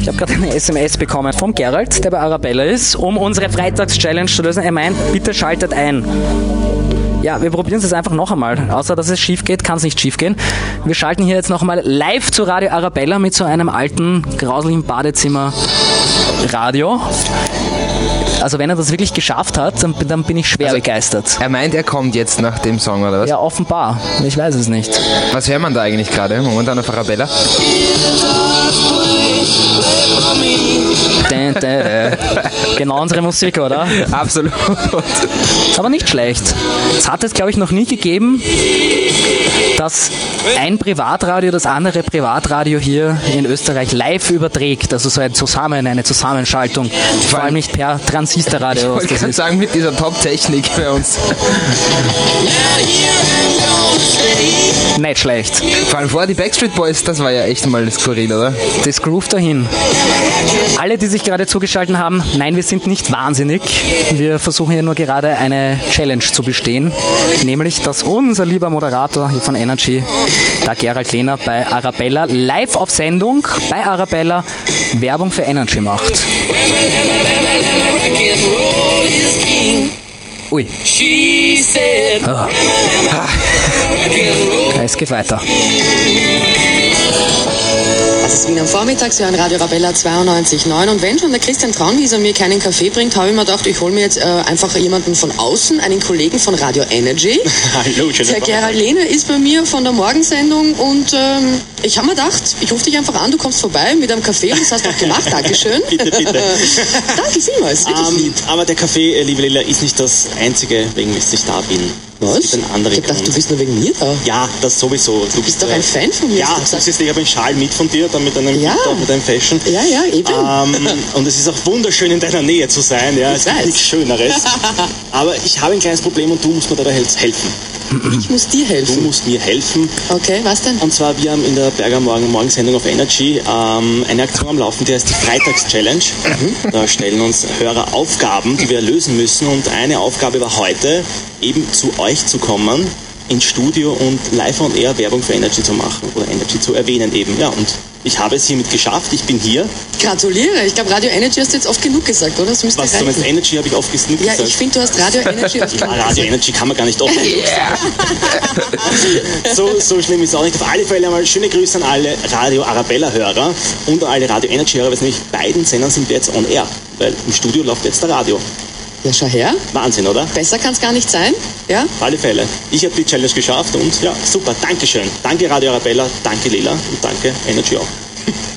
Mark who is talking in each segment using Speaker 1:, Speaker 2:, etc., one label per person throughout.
Speaker 1: Ich habe gerade eine SMS bekommen vom Gerald, der bei Arabella ist, um unsere Freitags-Challenge zu lösen. Er meint, bitte schaltet ein. Ja, wir probieren es jetzt einfach noch einmal. Außer dass es schief geht, kann es nicht schief gehen. Wir schalten hier jetzt noch einmal live zu Radio Arabella mit so einem alten, grauslichen Badezimmer-Radio. Also wenn er das wirklich geschafft hat, dann, dann bin ich schwer
Speaker 2: Also-
Speaker 1: begeistert.
Speaker 2: Er meint, er kommt jetzt nach dem Song, oder was?
Speaker 1: Ja, offenbar. Ich weiß es nicht.
Speaker 2: Was hört man da eigentlich gerade? Momentan auf Arabella?
Speaker 1: Dä, dä, dä. genau unsere Musik, oder?
Speaker 2: Absolut.
Speaker 1: Aber nicht schlecht. Es hat es, glaube ich, noch nie gegeben, dass ein Privatradio das andere Privatradio hier in Österreich live überträgt. Also so ein Zusammen, eine Zusammenschaltung. Vor allem nicht per Transistorradio. was
Speaker 2: Ich
Speaker 1: das
Speaker 2: kann
Speaker 1: ist.
Speaker 2: sagen, mit dieser Top-Technik bei uns.
Speaker 1: Nicht schlecht.
Speaker 2: Vor allem vorher die Backstreet Boys, das war ja echt mal skurril, oder?
Speaker 1: Das Groove dahin. Alle, die sich gerade zugeschaltet haben, nein, wir sind nicht wahnsinnig. Wir versuchen hier nur gerade eine Challenge zu bestehen. Nämlich, dass unser lieber Moderator hier von Energy, der Gerald Lehner, bei Arabella live auf Sendung bei Arabella Werbung für Energy macht. Ui, es geht weiter.
Speaker 3: Es ist wieder am Vormittag, Sie hören Radio Rabella 92.9 und wenn schon der Christian Traunwieser mir keinen Kaffee bringt, habe ich mir gedacht, ich hole mir jetzt äh, einfach jemanden von außen, einen Kollegen von Radio Energy.
Speaker 4: Hallo,
Speaker 3: Der
Speaker 4: schönen
Speaker 3: Gerald Lehner ist bei mir von der Morgensendung und ähm, ich habe mir gedacht, ich rufe dich einfach an, du kommst vorbei mit einem Kaffee und das hast du auch gemacht, Dankeschön.
Speaker 4: Bitte, bitte.
Speaker 3: Danke vielmals, wirklich
Speaker 4: Ähm,
Speaker 3: lieb.
Speaker 4: aber der Kaffee, äh, liebe Lila, ist nicht das einzige, wegen wes ich da bin.
Speaker 3: Was?
Speaker 4: Es gibt einen anderen
Speaker 3: ich hab gedacht,
Speaker 4: Grund.
Speaker 3: du bist nur wegen mir da.
Speaker 4: ja, das sowieso. Du bist
Speaker 3: doch
Speaker 4: äh,
Speaker 3: ein Fan von mir, hast du
Speaker 4: Ja, du
Speaker 3: gesagt.
Speaker 4: siehst, ich habe einen Schal mit von dir, dann mit einem
Speaker 3: Ja.
Speaker 4: Hut, mit einem Fashion.
Speaker 3: Ja, ja, eben.
Speaker 4: Ähm, und es ist auch wunderschön, in deiner Nähe zu sein. Ja, es
Speaker 3: weiß.
Speaker 4: gibt nichts Schöneres. Aber ich habe ein kleines Problem und du musst mir dabei hel- helfen.
Speaker 3: Ich muss dir
Speaker 4: Du
Speaker 3: helfen.
Speaker 4: musst mir helfen.
Speaker 3: Okay, was denn?
Speaker 4: Und zwar, wir haben in der Berger Morgen Morgensendung auf Energy ähm, eine Aktion am Laufen, die heißt die Freitags-Challenge.
Speaker 3: Mhm.
Speaker 4: Da stellen uns Hörer Aufgaben, die wir lösen müssen. Und eine Aufgabe war heute, eben zu euch zu kommen, ins Studio und live und air Werbung für Energy zu machen oder Energy zu erwähnen eben. Ja, und ich habe es hiermit geschafft. Ich bin hier.
Speaker 3: Gratuliere, ich glaube Radio Energy hast du jetzt oft genug gesagt, oder? Das müsste
Speaker 4: Was du
Speaker 3: reichen.
Speaker 4: meinst, Energy habe ich oft genug
Speaker 3: Ja,
Speaker 4: gesagt.
Speaker 3: ich finde, du hast Radio Energy oft
Speaker 4: Ah, Radio Energy kann man gar nicht offen. so, so schlimm ist es auch nicht. Auf alle Fälle einmal schöne Grüße an alle Radio Arabella-Hörer und an alle Radio Energy-Hörer, weil es nämlich beiden Sendern sind wir jetzt on air. Weil im Studio läuft jetzt der Radio.
Speaker 3: Ja, schau her.
Speaker 4: Wahnsinn, oder? Auf
Speaker 3: Besser kann es gar nicht sein. Ja?
Speaker 4: alle Fälle. Ich habe die Challenge geschafft und ja, super. Dankeschön. Danke Radio Arabella, danke Lila und danke Energy auch.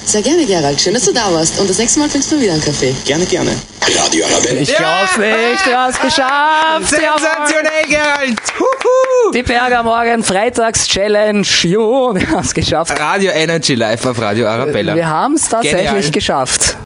Speaker 3: Sehr gerne, Gerald. Schön, dass du da warst. Und das nächste Mal findest du wieder einen Kaffee.
Speaker 4: Gerne, gerne.
Speaker 5: Radio Arabella.
Speaker 1: Ich glaub's nicht, du hast geschafft! Jawohl.
Speaker 2: Sensationell, Gerald! Huhu!
Speaker 1: Die Berger Morgen Freitags-Challenge. Jo, wir haben's geschafft.
Speaker 2: Radio Energy live auf Radio Arabella.
Speaker 1: Wir haben's tatsächlich
Speaker 2: Genial.
Speaker 1: geschafft.